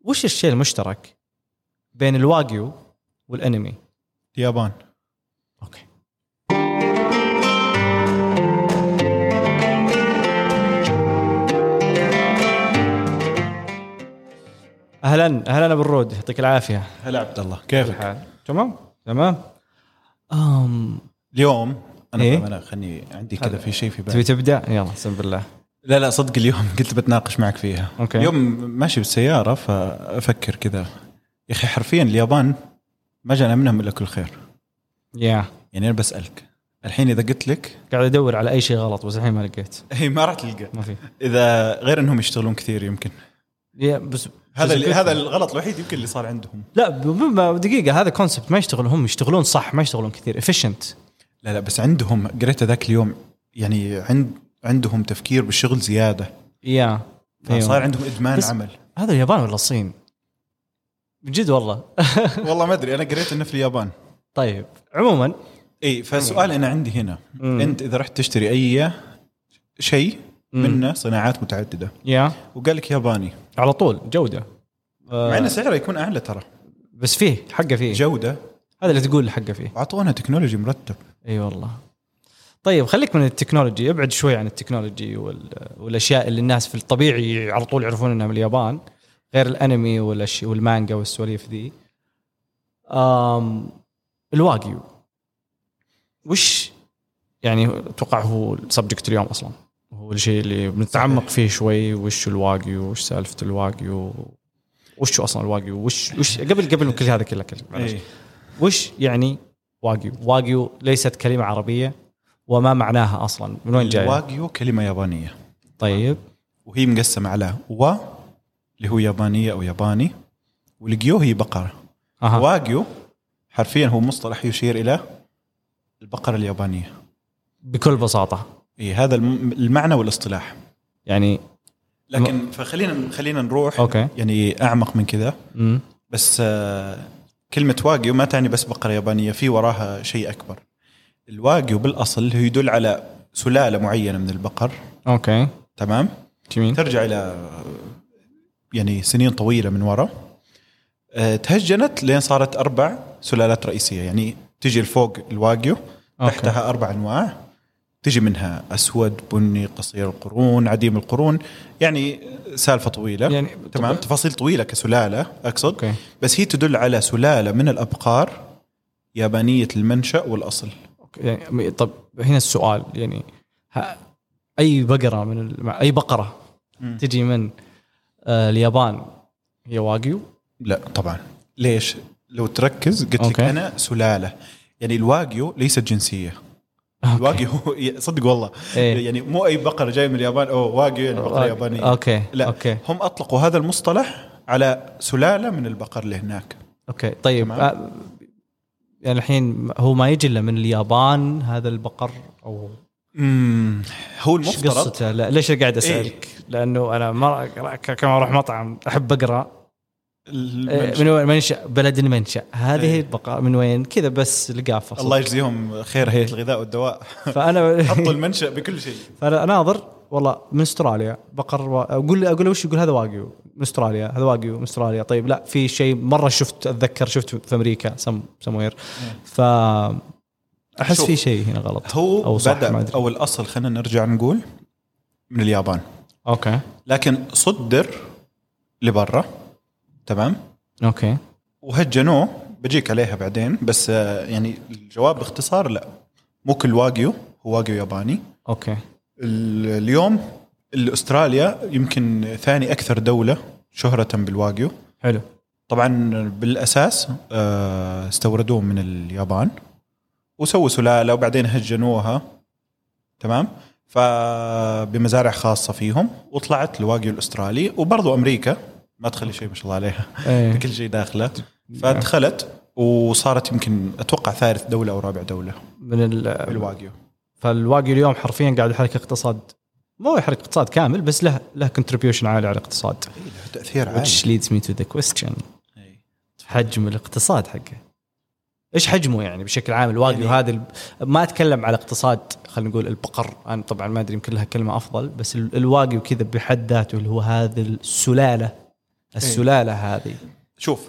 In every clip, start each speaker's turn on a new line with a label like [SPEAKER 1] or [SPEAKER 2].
[SPEAKER 1] وش الشيء المشترك بين الواجيو والانمي؟
[SPEAKER 2] اليابان
[SPEAKER 1] اوكي اهلا اهلا ابو الرود يعطيك العافيه
[SPEAKER 2] هلا عبد الله كيفك؟
[SPEAKER 1] الحال تمام تمام أم...
[SPEAKER 2] اليوم انا
[SPEAKER 1] إيه؟
[SPEAKER 2] إيه؟ انا خلني عندي كذا في شيء في
[SPEAKER 1] تبي
[SPEAKER 2] بالي
[SPEAKER 1] تبدا يلا بسم بالله
[SPEAKER 2] لا لا صدق اليوم قلت بتناقش معك فيها
[SPEAKER 1] أوكي.
[SPEAKER 2] اليوم ماشي بالسياره فافكر كذا يا اخي حرفيا اليابان ما جانا منهم الا كل خير
[SPEAKER 1] يا
[SPEAKER 2] يعني انا بسالك الحين اذا قلت لك
[SPEAKER 1] قاعد ادور على اي شيء غلط بس الحين ما لقيت
[SPEAKER 2] هي ما راح تلقى
[SPEAKER 1] ما في
[SPEAKER 2] اذا غير انهم يشتغلون كثير يمكن
[SPEAKER 1] يا بس
[SPEAKER 2] هذا
[SPEAKER 1] بس-
[SPEAKER 2] ال- هذا الغلط الوحيد يمكن اللي صار عندهم
[SPEAKER 1] لا ب- ب- دقيقه هذا كونسبت ما يشتغل هم يشتغلون صح ما يشتغلون كثير افشنت
[SPEAKER 2] لا لا بس عندهم قريت ذاك اليوم يعني عند عندهم تفكير بالشغل زياده
[SPEAKER 1] يا
[SPEAKER 2] فصار أيوه. عندهم ادمان
[SPEAKER 1] بس-
[SPEAKER 2] عمل
[SPEAKER 1] هذا اليابان ولا الصين؟ من جد والله
[SPEAKER 2] والله ما ادري انا قريت انه في اليابان
[SPEAKER 1] طيب عموما
[SPEAKER 2] اي إيه، فسؤال انا عندي هنا
[SPEAKER 1] مم.
[SPEAKER 2] مم. انت اذا رحت تشتري اي شيء
[SPEAKER 1] مم.
[SPEAKER 2] منه صناعات متعدده
[SPEAKER 1] يا
[SPEAKER 2] وقال لك ياباني
[SPEAKER 1] على طول جوده
[SPEAKER 2] مع
[SPEAKER 1] آه إيه.
[SPEAKER 2] ان سعره يكون اعلى ترى
[SPEAKER 1] بس فيه حقه فيه
[SPEAKER 2] جوده
[SPEAKER 1] هذا اللي تقول حقه فيه
[SPEAKER 2] واعطونا تكنولوجي مرتب
[SPEAKER 1] اي والله طيب خليك من التكنولوجي ابعد شوي عن التكنولوجي وال... والاشياء اللي الناس في الطبيعي على طول يعرفون انها من اليابان غير الانمي والأشي... والمانجا والسواليف ذي أم... الواقيو وش يعني اتوقع هو السبجكت اليوم اصلا هو الشيء اللي بنتعمق فيه شوي وش الواقيو وش سالفه الواقيو وش هو اصلا الواقيو وش وش قبل قبل كل هذا كله كله معلش.
[SPEAKER 2] إيه.
[SPEAKER 1] وش يعني واقيو؟ واقيو ليست كلمة عربية وما معناها أصلا من وين جاية؟
[SPEAKER 2] الواقيو كلمه يابانيه
[SPEAKER 1] طيب
[SPEAKER 2] وهي مقسمه على و اللي هو يابانيه او ياباني والجيو هي بقره
[SPEAKER 1] أها
[SPEAKER 2] واجيو حرفيا هو مصطلح يشير الى البقره اليابانيه
[SPEAKER 1] بكل بساطة
[SPEAKER 2] اي إيه، هذا الم- المعنى والاصطلاح
[SPEAKER 1] يعني
[SPEAKER 2] لكن فخلينا خلينا نروح
[SPEAKER 1] أوكي.
[SPEAKER 2] يعني اعمق من كذا
[SPEAKER 1] مم.
[SPEAKER 2] بس آه، كلمة واجيو ما تعني بس بقرة يابانية في وراها شيء أكبر الواجيو بالأصل هو يدل على سلالة معينة من البقر
[SPEAKER 1] أوكي
[SPEAKER 2] تمام
[SPEAKER 1] جميل
[SPEAKER 2] ترجع إلى آه، يعني سنين طويلة من ورا آه، تهجنت لين صارت أربع سلالات رئيسية يعني تجي لفوق الواجيو
[SPEAKER 1] أوكي.
[SPEAKER 2] تحتها أربع أنواع تجي منها أسود بني قصير القرون عديم القرون يعني سالفة طويلة
[SPEAKER 1] يعني-
[SPEAKER 2] تمام تفاصيل طويلة كسلالة أقصد
[SPEAKER 1] أوكي
[SPEAKER 2] بس هي تدل على سلالة من الأبقار يابانية المنشأ والأصل
[SPEAKER 1] أوكي. يعني طب هنا السؤال يعني ها أي بقرة من ال... مع- أي بقرة
[SPEAKER 2] مم.
[SPEAKER 1] تجي من آه اليابان هي واقيو
[SPEAKER 2] لا طبعا ليش لو تركز قلت لك
[SPEAKER 1] أوكي.
[SPEAKER 2] أنا سلالة يعني الواقيو ليست جنسية الواقيو هو- صدق والله
[SPEAKER 1] إيه.
[SPEAKER 2] يعني مو أي بقرة جاية من اليابان أو واقيو يعني بقرة يابانية
[SPEAKER 1] أوكي
[SPEAKER 2] لا
[SPEAKER 1] أوكي
[SPEAKER 2] هم أطلقوا هذا المصطلح على سلالة من البقر اللي هناك
[SPEAKER 1] اوكي طيب
[SPEAKER 2] تمام.
[SPEAKER 1] آه، يعني الحين هو ما يجي الا من اليابان هذا البقر او
[SPEAKER 2] امم هو
[SPEAKER 1] ايش
[SPEAKER 2] المفترض
[SPEAKER 1] قصته؟ لا ليش قاعد اسالك؟ إيه؟ لانه انا ما أقرأ- ك- كما اروح مطعم احب اقرا إيه،
[SPEAKER 2] المنشأ.
[SPEAKER 1] من وين منشا بلد المنشا هذه
[SPEAKER 2] إيه.
[SPEAKER 1] إيه؟ البقر من وين كذا بس القافه صدق.
[SPEAKER 2] الله يجزيهم خير هيئة الغذاء والدواء
[SPEAKER 1] فانا
[SPEAKER 2] حطوا المنشأ بكل شيء
[SPEAKER 1] فانا اناظر والله من استراليا بقر و... اقول اقول وش يقول هذا واقيو من استراليا هذا واقيو من استراليا طيب لا في شيء مره شفت اتذكر شفت في امريكا سم سموير ف احس
[SPEAKER 2] شوف.
[SPEAKER 1] في شيء هنا غلط
[SPEAKER 2] هو
[SPEAKER 1] او
[SPEAKER 2] أو
[SPEAKER 1] صح ما
[SPEAKER 2] بدا
[SPEAKER 1] ادري
[SPEAKER 2] او الاصل خلينا نرجع نقول من اليابان
[SPEAKER 1] اوكي
[SPEAKER 2] لكن صدر لبرا تمام
[SPEAKER 1] اوكي
[SPEAKER 2] وهجنوه بجيك عليها بعدين بس آه، يعني الجواب باختصار لا مو كل واقيو هو واقيو ياباني
[SPEAKER 1] اوكي
[SPEAKER 2] ال- اليوم استراليا يمكن ثاني اكثر دوله شهره بالواقيو
[SPEAKER 1] حلو
[SPEAKER 2] طبعا بالاساس آه، استوردوه من اليابان وسووا سلاله وبعدين هجنوها تمام فبمزارع خاصه فيهم وطلعت الواقيو الاسترالي وبرضو امريكا ما تخلي شيء ما شاء الله عليها
[SPEAKER 1] إيه.
[SPEAKER 2] كل شيء داخله فدخلت وصارت يمكن اتوقع ثالث دوله او رابع دوله
[SPEAKER 1] من ال...
[SPEAKER 2] بالواقيو
[SPEAKER 1] فالواقي اليوم حرفيا قاعد يحرك اقتصاد مو يحرك اقتصاد كامل بس له له كونتربيوشن عالي على الاقتصاد
[SPEAKER 2] تاثير عالي
[SPEAKER 1] which leads me to the question
[SPEAKER 2] إي.
[SPEAKER 1] حجم الاقتصاد حقه ايش حجمه يعني بشكل عام الواقي وهذا ال... ما اتكلم على اقتصاد خلينا نقول البقر انا طبعا ما ادري يمكن لها كلمه افضل بس ال- الواقي وكذا بحد ذاته اللي هو هذه السلاله السلاله هذه
[SPEAKER 2] شوف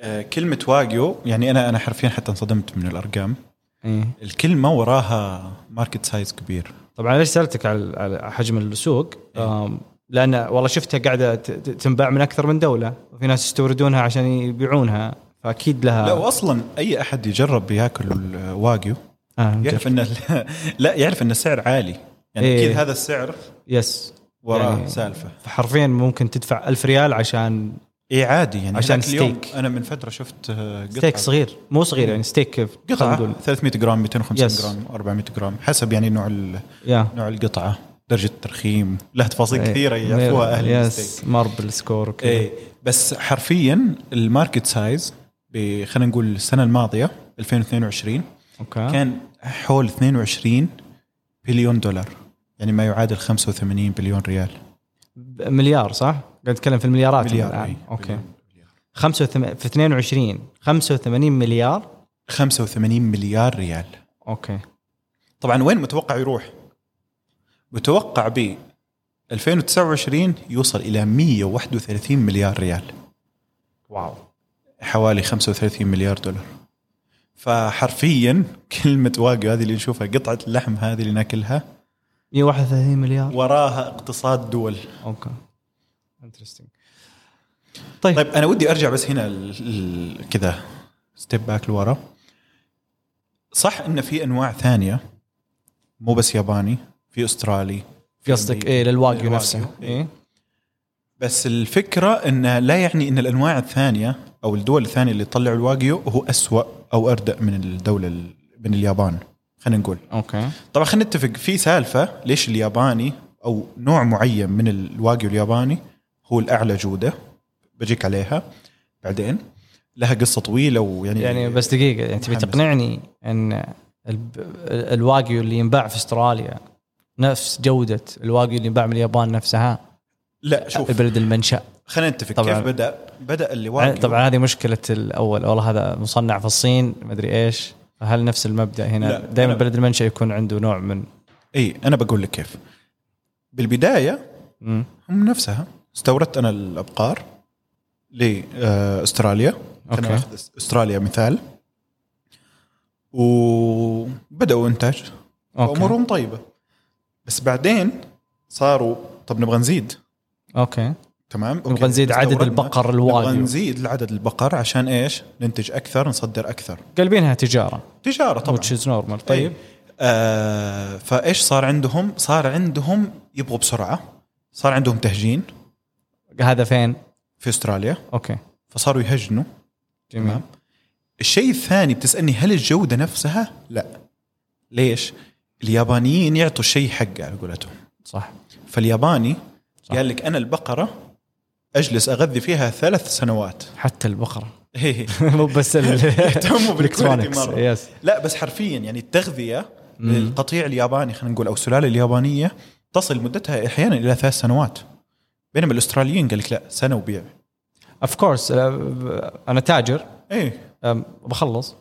[SPEAKER 2] آه، كلمة واجيو يعني انا انا حرفيا حتى انصدمت من الارقام
[SPEAKER 1] إيه.
[SPEAKER 2] الكلمة وراها ماركت سايز كبير
[SPEAKER 1] طبعا ليش سالتك على على حجم السوق؟
[SPEAKER 2] إيه.
[SPEAKER 1] آم، لان والله شفتها قاعده ت- ت- تنباع من اكثر من دوله وفي ناس يستوردونها عشان يبيعونها فاكيد لها
[SPEAKER 2] لا واصلا اي احد يجرب ياكل الواجيو
[SPEAKER 1] آه
[SPEAKER 2] يعرف ان لا يعرف ان السعر عالي يعني
[SPEAKER 1] إيه.
[SPEAKER 2] اكيد هذا السعر
[SPEAKER 1] يس
[SPEAKER 2] وراه
[SPEAKER 1] يعني-
[SPEAKER 2] يعني سالفه
[SPEAKER 1] فحرفيا ممكن تدفع ألف ريال عشان
[SPEAKER 2] اي عادي يعني
[SPEAKER 1] عشان
[SPEAKER 2] عشان اليوم
[SPEAKER 1] ستيك.
[SPEAKER 2] انا من فتره شفت آه، قطعه
[SPEAKER 1] ستيك صغير مو صغير يعني ستيك كيف
[SPEAKER 2] قطعه
[SPEAKER 1] تندول.
[SPEAKER 2] 300 جرام 250
[SPEAKER 1] Yes.
[SPEAKER 2] جرام 400 جرام حسب يعني نوع ال-
[SPEAKER 1] يا
[SPEAKER 2] نوع القطعه درجه الترخيم لها تفاصيل
[SPEAKER 1] إيه.
[SPEAKER 2] كثيره يعرفوها اهل الستيك
[SPEAKER 1] يس ماربل سكور وكذا.
[SPEAKER 2] ايه بس حرفيا الماركت سايز ب- خلينا نقول السنه الماضيه 2022
[SPEAKER 1] اوكي
[SPEAKER 2] كان حول 22 بليون دولار يعني ما يعادل 85 بليون ريال
[SPEAKER 1] ب- مليار صح؟ قاعد نتكلم في المليارات
[SPEAKER 2] مليار
[SPEAKER 1] الآن.
[SPEAKER 2] إيه.
[SPEAKER 1] اوكي
[SPEAKER 2] مليون.
[SPEAKER 1] 85 في 22 85 مليار
[SPEAKER 2] 85 مليار ريال
[SPEAKER 1] اوكي
[SPEAKER 2] طبعا وين متوقع يروح؟ متوقع ب 2029 يوصل الى 131 مليار ريال
[SPEAKER 1] واو
[SPEAKER 2] حوالي 35 مليار دولار فحرفيا كلمة واقع هذه اللي نشوفها قطعة اللحم هذه اللي ناكلها
[SPEAKER 1] 131 مليار
[SPEAKER 2] وراها اقتصاد دول
[SPEAKER 1] اوكي انترستنج طيب,
[SPEAKER 2] طيب انا ودي ارجع بس هنا ال- ال- كذا ستيب باك لورا صح ان في انواع ثانيه مو بس ياباني في استرالي
[SPEAKER 1] في قصدك
[SPEAKER 2] إيه
[SPEAKER 1] ايه للواقيو
[SPEAKER 2] للواقيو،
[SPEAKER 1] نفسه
[SPEAKER 2] إيه.
[SPEAKER 1] ايه
[SPEAKER 2] بس الفكره انه لا يعني ان الانواع الثانيه او الدول الثانيه اللي تطلع الواقيو هو أسوأ او اردأ من الدوله ال- من اليابان خلينا نقول
[SPEAKER 1] اوكي
[SPEAKER 2] طبعا خلينا نتفق في سالفه ليش الياباني او نوع معين من الواقيو الياباني هو الاعلى جوده بجيك عليها بعدين لها قصه طويله ويعني
[SPEAKER 1] يعني بس دقيقه يعني تبي
[SPEAKER 2] متحمس.
[SPEAKER 1] تقنعني ان الب- ال- الواقيو اللي ينباع في استراليا نفس جوده الواقيو اللي ينباع من اليابان نفسها
[SPEAKER 2] لا شوف
[SPEAKER 1] البلد المنشا
[SPEAKER 2] خلينا نتفق
[SPEAKER 1] طبعاً.
[SPEAKER 2] طبعًا. كيف بدا بدا
[SPEAKER 1] يعني
[SPEAKER 2] الواقيو
[SPEAKER 1] طبعا هذه مشكله الاول والله هذا مصنع في الصين مدري ايش فهل نفس المبدا هنا
[SPEAKER 2] لا،
[SPEAKER 1] دائما
[SPEAKER 2] أنا-
[SPEAKER 1] بلد المنشا يكون عنده نوع من
[SPEAKER 2] اي انا بقول لك كيف بالبدايه
[SPEAKER 1] مم.
[SPEAKER 2] هم نفسها استوردت انا الابقار لاستراليا
[SPEAKER 1] أوكي.
[SPEAKER 2] آه، خلينا ناخذ استراليا مثال وبداوا انتاج
[SPEAKER 1] اوكي
[SPEAKER 2] امورهم طيبه بس بعدين صاروا طب نبغى نزيد
[SPEAKER 1] اوكي
[SPEAKER 2] تمام
[SPEAKER 1] نبغى نزيد عدد
[SPEAKER 2] استوردنا.
[SPEAKER 1] البقر
[SPEAKER 2] نبغى
[SPEAKER 1] الواقيو
[SPEAKER 2] نزيد عدد البقر عشان ايش؟ ننتج اكثر نصدر اكثر
[SPEAKER 1] قلبينها تجاره
[SPEAKER 2] تجاره طبعا
[SPEAKER 1] which is normal طيب
[SPEAKER 2] إيه. آه فايش صار عندهم؟ صار عندهم يبغوا بسرعه صار عندهم تهجين
[SPEAKER 1] طيب. هذا فين؟
[SPEAKER 2] في استراليا
[SPEAKER 1] اوكي
[SPEAKER 2] فصاروا يهجنوا
[SPEAKER 1] جميل
[SPEAKER 2] تمام. الشيء الثاني بتسالني هل الجوده نفسها؟ لا ليش؟ اليابانيين يعطوا الشيء حقه على قولتهم
[SPEAKER 1] صح
[SPEAKER 2] فالياباني
[SPEAKER 1] صح.
[SPEAKER 2] صح. قال لك انا البقره اجلس اغذي فيها ثلاث سنوات
[SPEAKER 1] حتى البقره
[SPEAKER 2] إيه.
[SPEAKER 1] مو بس
[SPEAKER 2] يهتموا بالكواليتي
[SPEAKER 1] الالكترونكس
[SPEAKER 2] مره
[SPEAKER 1] يس
[SPEAKER 2] لا بس حرفيا يعني التغذيه
[SPEAKER 1] مم.
[SPEAKER 2] للقطيع الياباني خلينا نقول او السلاله اليابانيه تصل مدتها احيانا الى ثلاث سنوات بينما الاستراليين قال لك لا سنه وبيع
[SPEAKER 1] اوف كورس انا آه، تاجر
[SPEAKER 2] ايه
[SPEAKER 1] أم، بخلص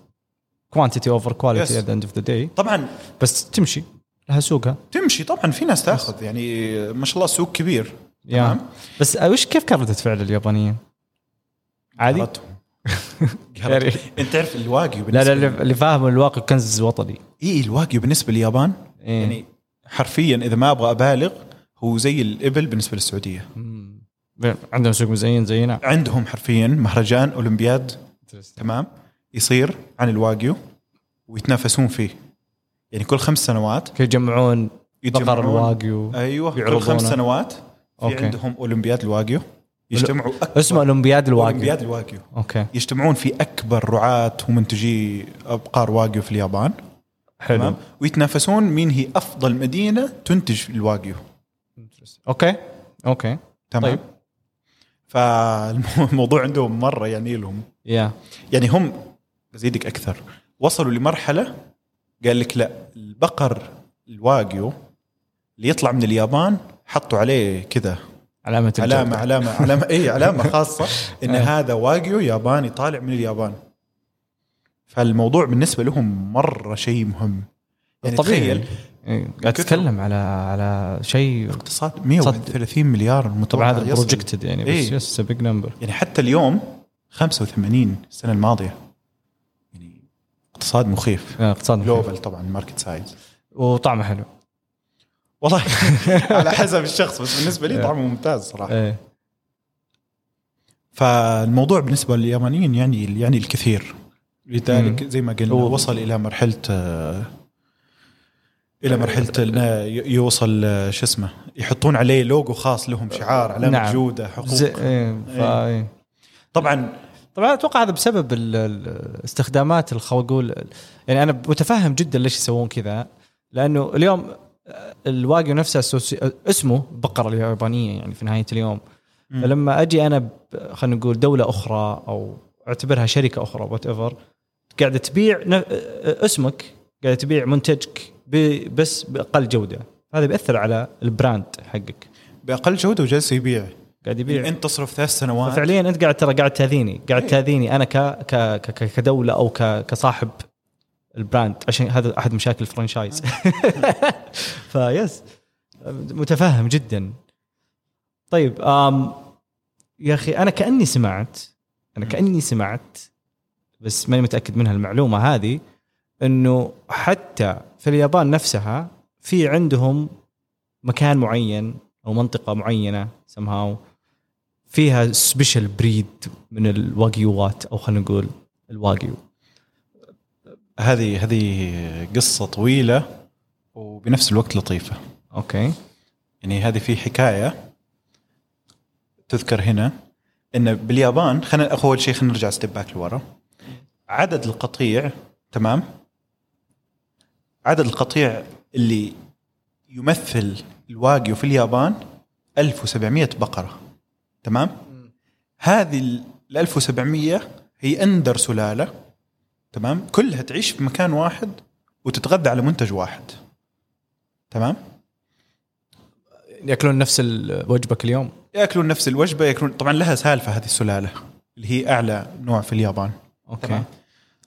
[SPEAKER 1] كوانتيتي اوفر
[SPEAKER 2] Yes.
[SPEAKER 1] كواليتي ات اند اوف ذا داي
[SPEAKER 2] طبعا
[SPEAKER 1] بس تمشي لها سوقها
[SPEAKER 2] تمشي طبعا في ناس تاخذ يعني ما شاء الله سوق كبير
[SPEAKER 1] يا بس آه، وش كيف كان رده فعل اليابانيين؟ عادي؟
[SPEAKER 2] قهرتهم. قهرتهم. انت تعرف الواقيو
[SPEAKER 1] يعني. لا لا
[SPEAKER 2] بالنسبه
[SPEAKER 1] اللي- اللي فاهم الواقع كنز وطني
[SPEAKER 2] اي الواقيو بالنسبه إيه، لليابان
[SPEAKER 1] إيه.
[SPEAKER 2] يعني حرفيا اذا ما ابغى ابالغ هو زي الابل بالنسبه للسعوديه
[SPEAKER 1] مم. عندهم سوق مزين زينا
[SPEAKER 2] عندهم حرفيا مهرجان اولمبياد تمام يصير عن الواقيو ويتنافسون فيه يعني كل خمس سنوات
[SPEAKER 1] كي يجمعون بقر الواقيو
[SPEAKER 2] ايوه كل
[SPEAKER 1] يعرضونه.
[SPEAKER 2] خمس سنوات في
[SPEAKER 1] أوكي.
[SPEAKER 2] أوكي. عندهم اولمبياد الواقيو يجتمعوا اكبر
[SPEAKER 1] اسمه اولمبياد الواقيو
[SPEAKER 2] اولمبياد الواقيو
[SPEAKER 1] اوكي
[SPEAKER 2] يجتمعون في اكبر رعاة ومنتجي ابقار واقيو في اليابان
[SPEAKER 1] حلو
[SPEAKER 2] تمام ويتنافسون مين هي افضل مدينه تنتج الواقيو
[SPEAKER 1] اوكي اوكي
[SPEAKER 2] تمام
[SPEAKER 1] طيب.
[SPEAKER 2] طيب فالموضوع عندهم مره يعني لهم
[SPEAKER 1] يا
[SPEAKER 2] يعني هم بزيدك اكثر وصلوا لمرحله قال لك لا البقر الواقيو اللي يطلع من اليابان حطوا عليه كذا
[SPEAKER 1] علامة الجودة.
[SPEAKER 2] علامه علامه علامه اي علامه خاصه ان
[SPEAKER 1] آه.
[SPEAKER 2] هذا واقيو ياباني طالع من اليابان فالموضوع بالنسبه لهم مره شيء مهم يعني
[SPEAKER 1] طبيعي
[SPEAKER 2] تخيل
[SPEAKER 1] يعني. إيه، قاعد
[SPEAKER 2] كثر-
[SPEAKER 1] اتكلم على على شيء
[SPEAKER 2] اقتصاد 130 مليار
[SPEAKER 1] طبعا
[SPEAKER 2] المتوقع
[SPEAKER 1] هذا
[SPEAKER 2] يصل.
[SPEAKER 1] بروجكتد يعني بس
[SPEAKER 2] إيه.
[SPEAKER 1] يس سبيج نمبر
[SPEAKER 2] يعني حتى اليوم 85 السنه الماضيه يعني اقتصاد مخيف
[SPEAKER 1] آه، اقتصاد مخيف.
[SPEAKER 2] جلوبال طبعا الماركت سايز
[SPEAKER 1] وطعمه حلو
[SPEAKER 2] والله على حسب الشخص بس بالنسبه لي طعمه ممتاز صراحه
[SPEAKER 1] ايه
[SPEAKER 2] فالموضوع بالنسبه لليابانيين يعني يعني الكثير لذلك زي ما قلنا
[SPEAKER 1] أوه.
[SPEAKER 2] وصل الى مرحله آه، الى مرحله انه ي- يوصل آه، شو اسمه يحطون عليه لوجو خاص لهم شعار علامه
[SPEAKER 1] نعم.
[SPEAKER 2] نعم. جوده حقوق
[SPEAKER 1] زي إيه. فا- إيه.
[SPEAKER 2] طبعا
[SPEAKER 1] طبعا اتوقع هذا بسبب ال- ال- استخدامات الخلق اقول يعني انا متفهم جدا ليش يسوون كذا لانه اليوم الواقيو نفسه أسوسي... اسمه بقره اليابانيه يعني في نهايه اليوم
[SPEAKER 2] مم.
[SPEAKER 1] فلما اجي انا ب- خلينا نقول دوله اخرى او اعتبرها شركه اخرى وات ايفر قاعده تبيع ن- اسمك قاعده تبيع منتجك ب... بس باقل جوده هذا بياثر على البراند حقك
[SPEAKER 2] باقل جوده وجالس يبيع
[SPEAKER 1] قاعد يبيع
[SPEAKER 2] يعني انت تصرف ثلاث سنوات
[SPEAKER 1] فعليا انت قاعد ترى قاعد تاذيني قاعد
[SPEAKER 2] إيه.
[SPEAKER 1] تاذيني انا ك ك ك- ك- كدوله او ك كصاحب البراند عشان هذا احد مشاكل الفرنشايز فيس متفهم جدا طيب أم يا اخي انا كاني سمعت انا كاني سمعت بس ماني متاكد منها المعلومه هذه انه حتى في اليابان نفسها في عندهم مكان معين او منطقه معينه somehow فيها سبيشال بريد من الواقيوات او خلينا نقول الواقيو
[SPEAKER 2] هذه هذه قصه طويله وبنفس الوقت لطيفه
[SPEAKER 1] اوكي
[SPEAKER 2] يعني هذه في حكايه تذكر هنا ان باليابان خلينا اول شيء خلينا نرجع ستيب باك لورا عدد القطيع تمام عدد القطيع اللي يمثل الواقيو في اليابان 1700 بقره تمام هذه ال 1700 هي اندر سلاله تمام كلها تعيش في مكان واحد وتتغذى على منتج واحد تمام
[SPEAKER 1] ياكلون نفس الوجبه كل يوم
[SPEAKER 2] ياكلون نفس الوجبه ياكلون طبعا لها سالفه هذه السلاله اللي هي اعلى نوع في اليابان
[SPEAKER 1] اوكي
[SPEAKER 2] تمام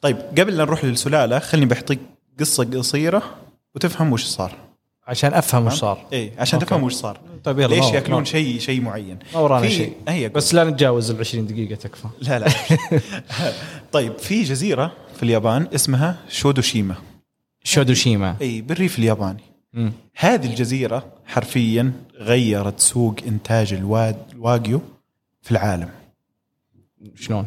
[SPEAKER 2] طيب قبل لا نروح للسلاله خليني بحطيك قصه قصيره وتفهم وش صار
[SPEAKER 1] عشان افهم وش
[SPEAKER 2] تمام؟
[SPEAKER 1] صار
[SPEAKER 2] اي عشان
[SPEAKER 1] أوكي.
[SPEAKER 2] تفهم وش صار
[SPEAKER 1] طيب يلا
[SPEAKER 2] ليش
[SPEAKER 1] ما-
[SPEAKER 2] ياكلون
[SPEAKER 1] ما-
[SPEAKER 2] شيء شيء معين
[SPEAKER 1] ما ورانا
[SPEAKER 2] في-
[SPEAKER 1] شيء.
[SPEAKER 2] هي بس
[SPEAKER 1] بس لا نتجاوز ال 20 دقيقه تكفى
[SPEAKER 2] لا لا طيب في جزيره في اليابان اسمها شودوشيما
[SPEAKER 1] شودوشيما
[SPEAKER 2] اي بالريف الياباني
[SPEAKER 1] مم.
[SPEAKER 2] هذه الجزيره حرفيا غيرت سوق انتاج الواد الواجيو في العالم
[SPEAKER 1] شلون؟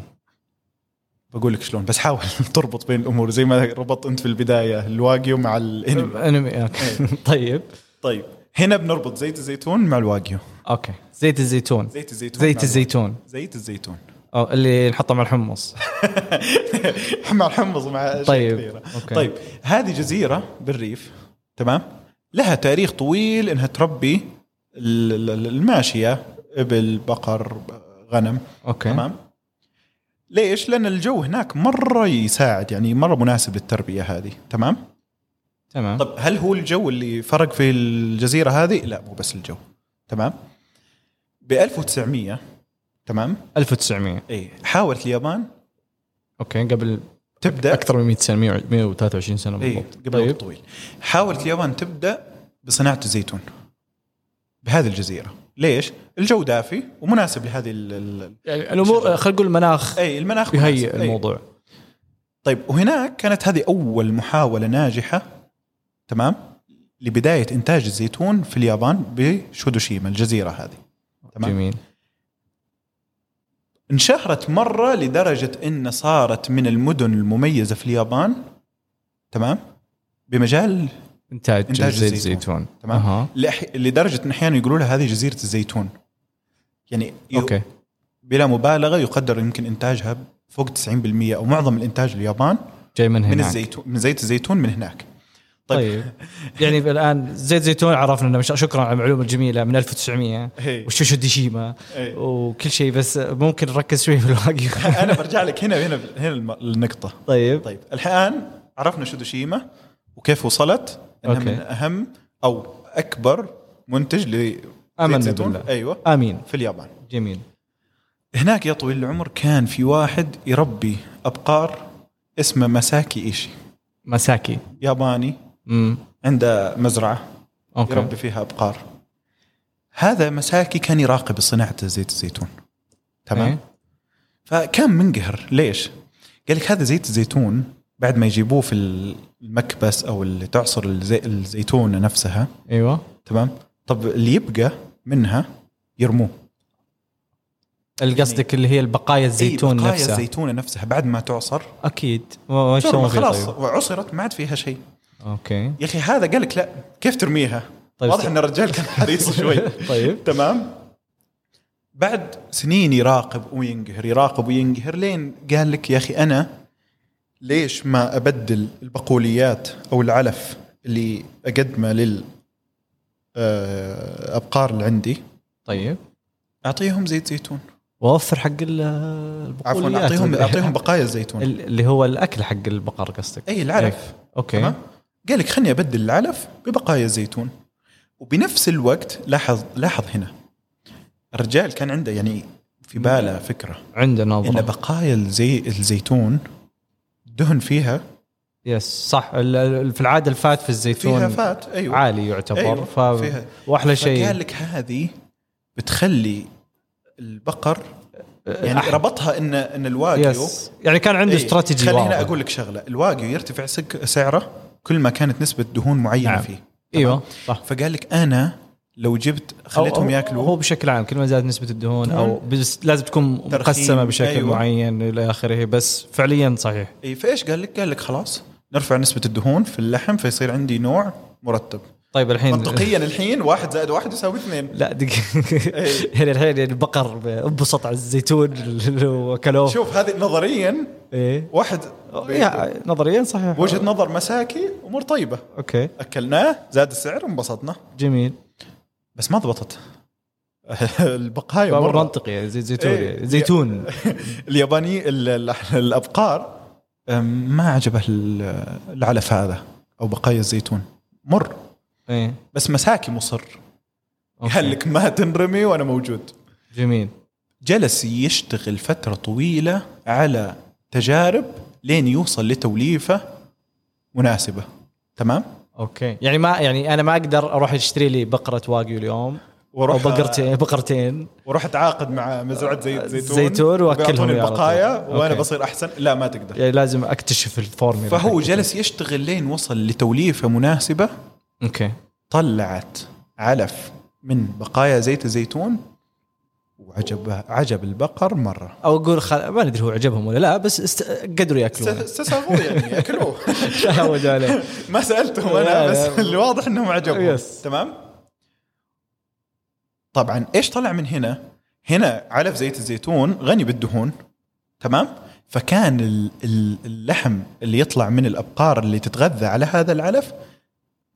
[SPEAKER 2] بقول لك شلون بس حاول تربط بين الامور زي ما ربطت انت في البدايه الواجيو مع الانمي
[SPEAKER 1] انمي اوكي طيب
[SPEAKER 2] طيب هنا بنربط زيت الزيتون مع الواجيو
[SPEAKER 1] اوكي زيت الزيتون
[SPEAKER 2] زيت الزيتون مع
[SPEAKER 1] زيت
[SPEAKER 2] الواجيو.
[SPEAKER 1] الزيتون
[SPEAKER 2] زيت الزيتون
[SPEAKER 1] أو اللي نحطه مع الحمص
[SPEAKER 2] مع الحمص مع أشياء
[SPEAKER 1] طيب.
[SPEAKER 2] كثيرة.
[SPEAKER 1] أوكي.
[SPEAKER 2] طيب هذه جزيره بالريف تمام لها تاريخ طويل انها تربي ال- ال- ال- الماشيه ابل بقر غنم
[SPEAKER 1] اوكي
[SPEAKER 2] تمام ليش؟ لان الجو هناك مره يساعد يعني مره مناسب للتربيه هذه تمام
[SPEAKER 1] تمام
[SPEAKER 2] طب هل هو الجو اللي فرق في الجزيره هذه؟ لا مو بس الجو تمام؟ ب 1900 تمام؟
[SPEAKER 1] 1900
[SPEAKER 2] اي حاولت اليابان
[SPEAKER 1] اوكي قبل
[SPEAKER 2] تبدا
[SPEAKER 1] اكثر من 100 سنه 100 123 سنه
[SPEAKER 2] اي
[SPEAKER 1] بالضبط
[SPEAKER 2] إيه، قبل
[SPEAKER 1] طيب
[SPEAKER 2] وقت طويل حاولت اليابان تبدا بصناعه الزيتون بهذه الجزيره ليش؟ الجو دافي ومناسب لهذه ال- ال-
[SPEAKER 1] يعني الامور خلينا نقول المناخ
[SPEAKER 2] اي المناخ مناسب.
[SPEAKER 1] يهيئ
[SPEAKER 2] أي.
[SPEAKER 1] الموضوع
[SPEAKER 2] طيب وهناك كانت هذه اول محاوله ناجحه تمام لبدايه انتاج الزيتون في اليابان بشودوشيما الجزيره هذه تمام
[SPEAKER 1] جميل
[SPEAKER 2] انشهرت مرة لدرجة أن صارت من المدن المميزة في اليابان تمام بمجال
[SPEAKER 1] انتاج,
[SPEAKER 2] إنتاج
[SPEAKER 1] زيت
[SPEAKER 2] الزيتون.
[SPEAKER 1] الزيتون
[SPEAKER 2] تمام
[SPEAKER 1] أها.
[SPEAKER 2] لأح- لدرجة أن أحيانا يقولوا لها هذه جزيرة الزيتون يعني ي-
[SPEAKER 1] اوكي
[SPEAKER 2] بلا مبالغة يقدر يمكن إنتاجها فوق 90% أو معظم الإنتاج اليابان
[SPEAKER 1] جاي من هناك
[SPEAKER 2] من الزيتون من زيت الزيتون من هناك
[SPEAKER 1] طيب يعني الان زيت زيتون عرفنا انه مش- شكرا على المعلومه الجميله من 1900
[SPEAKER 2] إيه.
[SPEAKER 1] وشوشو ديشيما
[SPEAKER 2] إيه.
[SPEAKER 1] وكل شيء بس ممكن نركز شوي في الواقع
[SPEAKER 2] أنا برجع لك هنا هنا هنا الم- النقطة
[SPEAKER 1] طيب
[SPEAKER 2] طيب الان عرفنا شودوشيما وكيف وصلت انها
[SPEAKER 1] أوكي.
[SPEAKER 2] من اهم او اكبر منتج ل
[SPEAKER 1] آمنا بالله.
[SPEAKER 2] ايوه
[SPEAKER 1] امين
[SPEAKER 2] في اليابان
[SPEAKER 1] جميل
[SPEAKER 2] هناك يا طويل العمر كان في واحد يربي ابقار اسمه مساكي ايشي
[SPEAKER 1] مساكي
[SPEAKER 2] ياباني
[SPEAKER 1] امم
[SPEAKER 2] عنده مزرعه
[SPEAKER 1] اوكي
[SPEAKER 2] يربي فيها ابقار هذا مساكي كان يراقب صناعه زيت الزيتون تمام
[SPEAKER 1] إيه.
[SPEAKER 2] فكان منقهر ليش؟ قال لك هذا زيت الزيتون بعد ما يجيبوه في المكبس او اللي تعصر الزي... الزيتونه نفسها
[SPEAKER 1] ايوه
[SPEAKER 2] تمام؟ طب اللي يبقى منها يرموه
[SPEAKER 1] قصدك اللي هي البقايا الزيتون
[SPEAKER 2] إيه، بقايا
[SPEAKER 1] نفسها
[SPEAKER 2] الزيتونه نفسها بعد ما تعصر
[SPEAKER 1] اكيد و- وش
[SPEAKER 2] ترمى
[SPEAKER 1] يسوون فيها
[SPEAKER 2] خلاص
[SPEAKER 1] طيب؟
[SPEAKER 2] وعصرت ما عاد فيها شيء
[SPEAKER 1] اوكي
[SPEAKER 2] يا اخي هذا قال لك لا كيف ترميها؟
[SPEAKER 1] طيب،
[SPEAKER 2] طيب واضح
[SPEAKER 1] س-
[SPEAKER 2] ان الرجال كان حريص شوي
[SPEAKER 1] طيب
[SPEAKER 2] تمام بعد سنين يراقب وينقهر يراقب وينقهر لين قال لك يا اخي انا ليش ما ابدل البقوليات او العلف اللي اقدمه لل آه، ابقار اللي عندي
[SPEAKER 1] طيب
[SPEAKER 2] اعطيهم زيت زيتون
[SPEAKER 1] واوفر حق ال-
[SPEAKER 2] عفوا
[SPEAKER 1] البقوليات
[SPEAKER 2] اعطيهم
[SPEAKER 1] ال-
[SPEAKER 2] اعطيهم بقايا الزيتون
[SPEAKER 1] ال- اللي هو الاكل حق البقر قصدك
[SPEAKER 2] اي العلف
[SPEAKER 1] إيه. اوكي
[SPEAKER 2] تمام قال لك خلني ابدل العلف ببقايا الزيتون وبنفس الوقت لاحظ لاحظ هنا الرجال كان عنده يعني في باله فكره
[SPEAKER 1] عنده
[SPEAKER 2] ان
[SPEAKER 1] نظره
[SPEAKER 2] بقايا الزي الزيتون دهن فيها
[SPEAKER 1] يس صح ال- ال- في العاده الفات في الزيتون
[SPEAKER 2] فيها فات ايوه
[SPEAKER 1] عالي يعتبر
[SPEAKER 2] أيوة،
[SPEAKER 1] ف...
[SPEAKER 2] فيها.
[SPEAKER 1] واحلى
[SPEAKER 2] فقال
[SPEAKER 1] شيء
[SPEAKER 2] لك هذه بتخلي البقر يعني
[SPEAKER 1] أه، أح-
[SPEAKER 2] ربطها ان ان الواجيو
[SPEAKER 1] يس يعني كان عنده
[SPEAKER 2] إيه،
[SPEAKER 1] استراتيجي
[SPEAKER 2] خليني هنا
[SPEAKER 1] واضح.
[SPEAKER 2] اقول لك شغله الواجيو يرتفع سك- سعره كل ما كانت نسبه دهون معينه
[SPEAKER 1] نعم.
[SPEAKER 2] نعم. فيه
[SPEAKER 1] ايوه صح
[SPEAKER 2] فقال لك انا لو جبت
[SPEAKER 1] أو-
[SPEAKER 2] خليتهم
[SPEAKER 1] أو-
[SPEAKER 2] ياكلوا
[SPEAKER 1] هو بشكل عام كل ما زادت نسبه الدهون او بس لازم تكون
[SPEAKER 2] ترخين،
[SPEAKER 1] مقسمه بشكل أيوة.
[SPEAKER 2] أيوة.
[SPEAKER 1] معين الى اخره بس فعليا صحيح
[SPEAKER 2] اي فايش قال لك؟ قال لك خلاص نرفع نسبه الدهون في اللحم فيصير عندي نوع مرتب
[SPEAKER 1] طيب الحين
[SPEAKER 2] منطقيا الحين واحد زائد واحد يساوي اثنين
[SPEAKER 1] لا دقيقه
[SPEAKER 2] إيه.
[SPEAKER 1] يعني الحين يعني البقر انبسط على الزيتون اللي وكلوه
[SPEAKER 2] شوف هذه نظريا
[SPEAKER 1] ايه
[SPEAKER 2] واحد
[SPEAKER 1] يا- نظريا صحيح
[SPEAKER 2] وجهه نظر مساكي امور طيبه
[SPEAKER 1] اوكي
[SPEAKER 2] اكلناه زاد السعر انبسطنا
[SPEAKER 1] جميل
[SPEAKER 2] بس ما ضبطت البقايا
[SPEAKER 1] فأمر
[SPEAKER 2] مره
[SPEAKER 1] منطقي يعني زي زيتون
[SPEAKER 2] إيه.
[SPEAKER 1] يعني زيتون
[SPEAKER 2] الياباني ال- ال- الابقار أم، ما عجبه ال- العلف هذا او بقايا الزيتون مر
[SPEAKER 1] ايه
[SPEAKER 2] بس مساكي مصر
[SPEAKER 1] أوكي.
[SPEAKER 2] قال لك ما تنرمي وانا موجود
[SPEAKER 1] جميل
[SPEAKER 2] جلس يشتغل فتره طويله على تجارب لين يوصل لتوليفه مناسبه تمام
[SPEAKER 1] اوكي يعني ما يعني انا ما اقدر اروح اشتري لي بقره واقيو اليوم او
[SPEAKER 2] وروح
[SPEAKER 1] بقرتين بقرتين
[SPEAKER 2] وروح اتعاقد مع مزرعه زيت زيتون
[SPEAKER 1] آه، زيتون وأكلهم
[SPEAKER 2] وبيعطوني
[SPEAKER 1] يا على
[SPEAKER 2] البقايا
[SPEAKER 1] طول.
[SPEAKER 2] وانا
[SPEAKER 1] أوكي.
[SPEAKER 2] بصير احسن لا ما تقدر
[SPEAKER 1] يعني لازم اكتشف الفورميلا
[SPEAKER 2] فهو
[SPEAKER 1] حقتي.
[SPEAKER 2] جلس يشتغل لين وصل لتوليفه مناسبه
[SPEAKER 1] اوكي
[SPEAKER 2] طلعت علف من بقايا زيت الزيتون وعجب عجب البقر مره
[SPEAKER 1] او اقول خل... ما ندري هو عجبهم ولا لا بس است... قدروا ياكلونه
[SPEAKER 2] استساغوه يعني اكلوه
[SPEAKER 1] تعودوا عليه
[SPEAKER 2] ما سالتهم
[SPEAKER 1] لا،
[SPEAKER 2] انا
[SPEAKER 1] لا.
[SPEAKER 2] بس اللي واضح انهم عجبهم
[SPEAKER 1] يس.
[SPEAKER 2] تمام طبعا ايش طلع من هنا هنا علف زيت الزيتون غني بالدهون تمام فكان ال- ال- اللحم اللي يطلع من الابقار اللي تتغذى على هذا العلف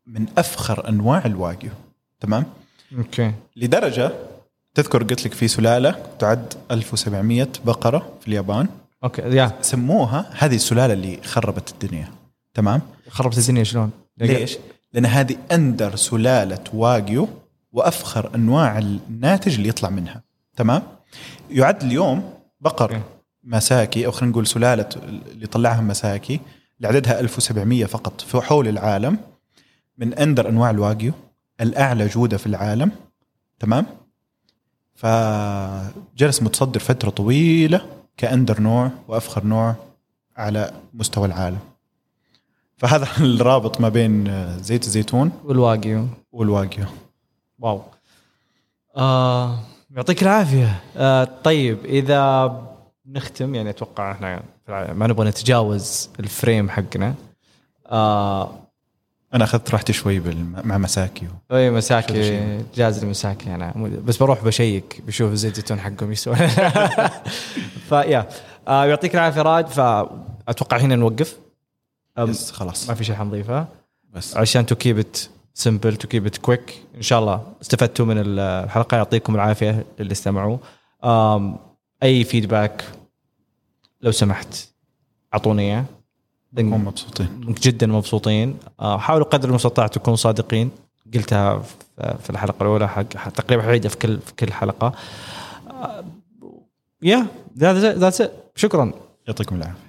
[SPEAKER 2] من افخر انواع الواقيو تمام
[SPEAKER 1] اوكي
[SPEAKER 2] لدرجه تذكر قلت لك في سلاله تعد 1700 بقره في اليابان
[SPEAKER 1] اوكي يا
[SPEAKER 2] سموها هذه السلاله اللي خربت الدنيا تمام
[SPEAKER 1] خربت الدنيا شلون؟
[SPEAKER 2] ليش؟ لان هذه اندر سلاله واجيو وافخر انواع الناتج اللي يطلع منها تمام؟ يعد اليوم بقر
[SPEAKER 1] أوكي.
[SPEAKER 2] مساكي او خلينا نقول سلاله اللي طلعها مساكي اللي عددها 1700 فقط في حول العالم من اندر انواع الواجيو الاعلى جوده في العالم تمام؟ فجلس متصدر فتره طويله كاندر نوع وافخر نوع على مستوى العالم فهذا الرابط ما بين آه، زيت الزيتون
[SPEAKER 1] والواقيو
[SPEAKER 2] والواقيو
[SPEAKER 1] واو آه يعطيك العافيه آه طيب اذا نختم يعني اتوقع احنا في الع- ما نبغى نتجاوز الفريم حقنا آه
[SPEAKER 2] انا اخذت راحتي شوي بالم- مع مساكي
[SPEAKER 1] اي مساكي جاز المساكي انا مو- بس بروح بشيك بشوف زيت الزيتون حقهم يسوى فيا آه يعطيك العافيه راد فاتوقع هنا نوقف أم-
[SPEAKER 2] بس خلاص
[SPEAKER 1] ما في شيء حنضيفه
[SPEAKER 2] بس
[SPEAKER 1] عشان تو كيب ات سمبل تو كيب ات كويك ان شاء الله استفدتوا من الحلقه يعطيكم العافيه اللي استمعوا أم، اي فيدباك لو سمحت اعطوني اياه
[SPEAKER 2] هم مبسوطين
[SPEAKER 1] جدا مبسوطين آه، حاولوا قدر المستطاع تكونوا صادقين قلتها في- في الحلقه الاولى حق حق- تقريبا عيدة في كل في كل آه، حلقه يا ذاتس شكرا
[SPEAKER 2] يعطيكم العافيه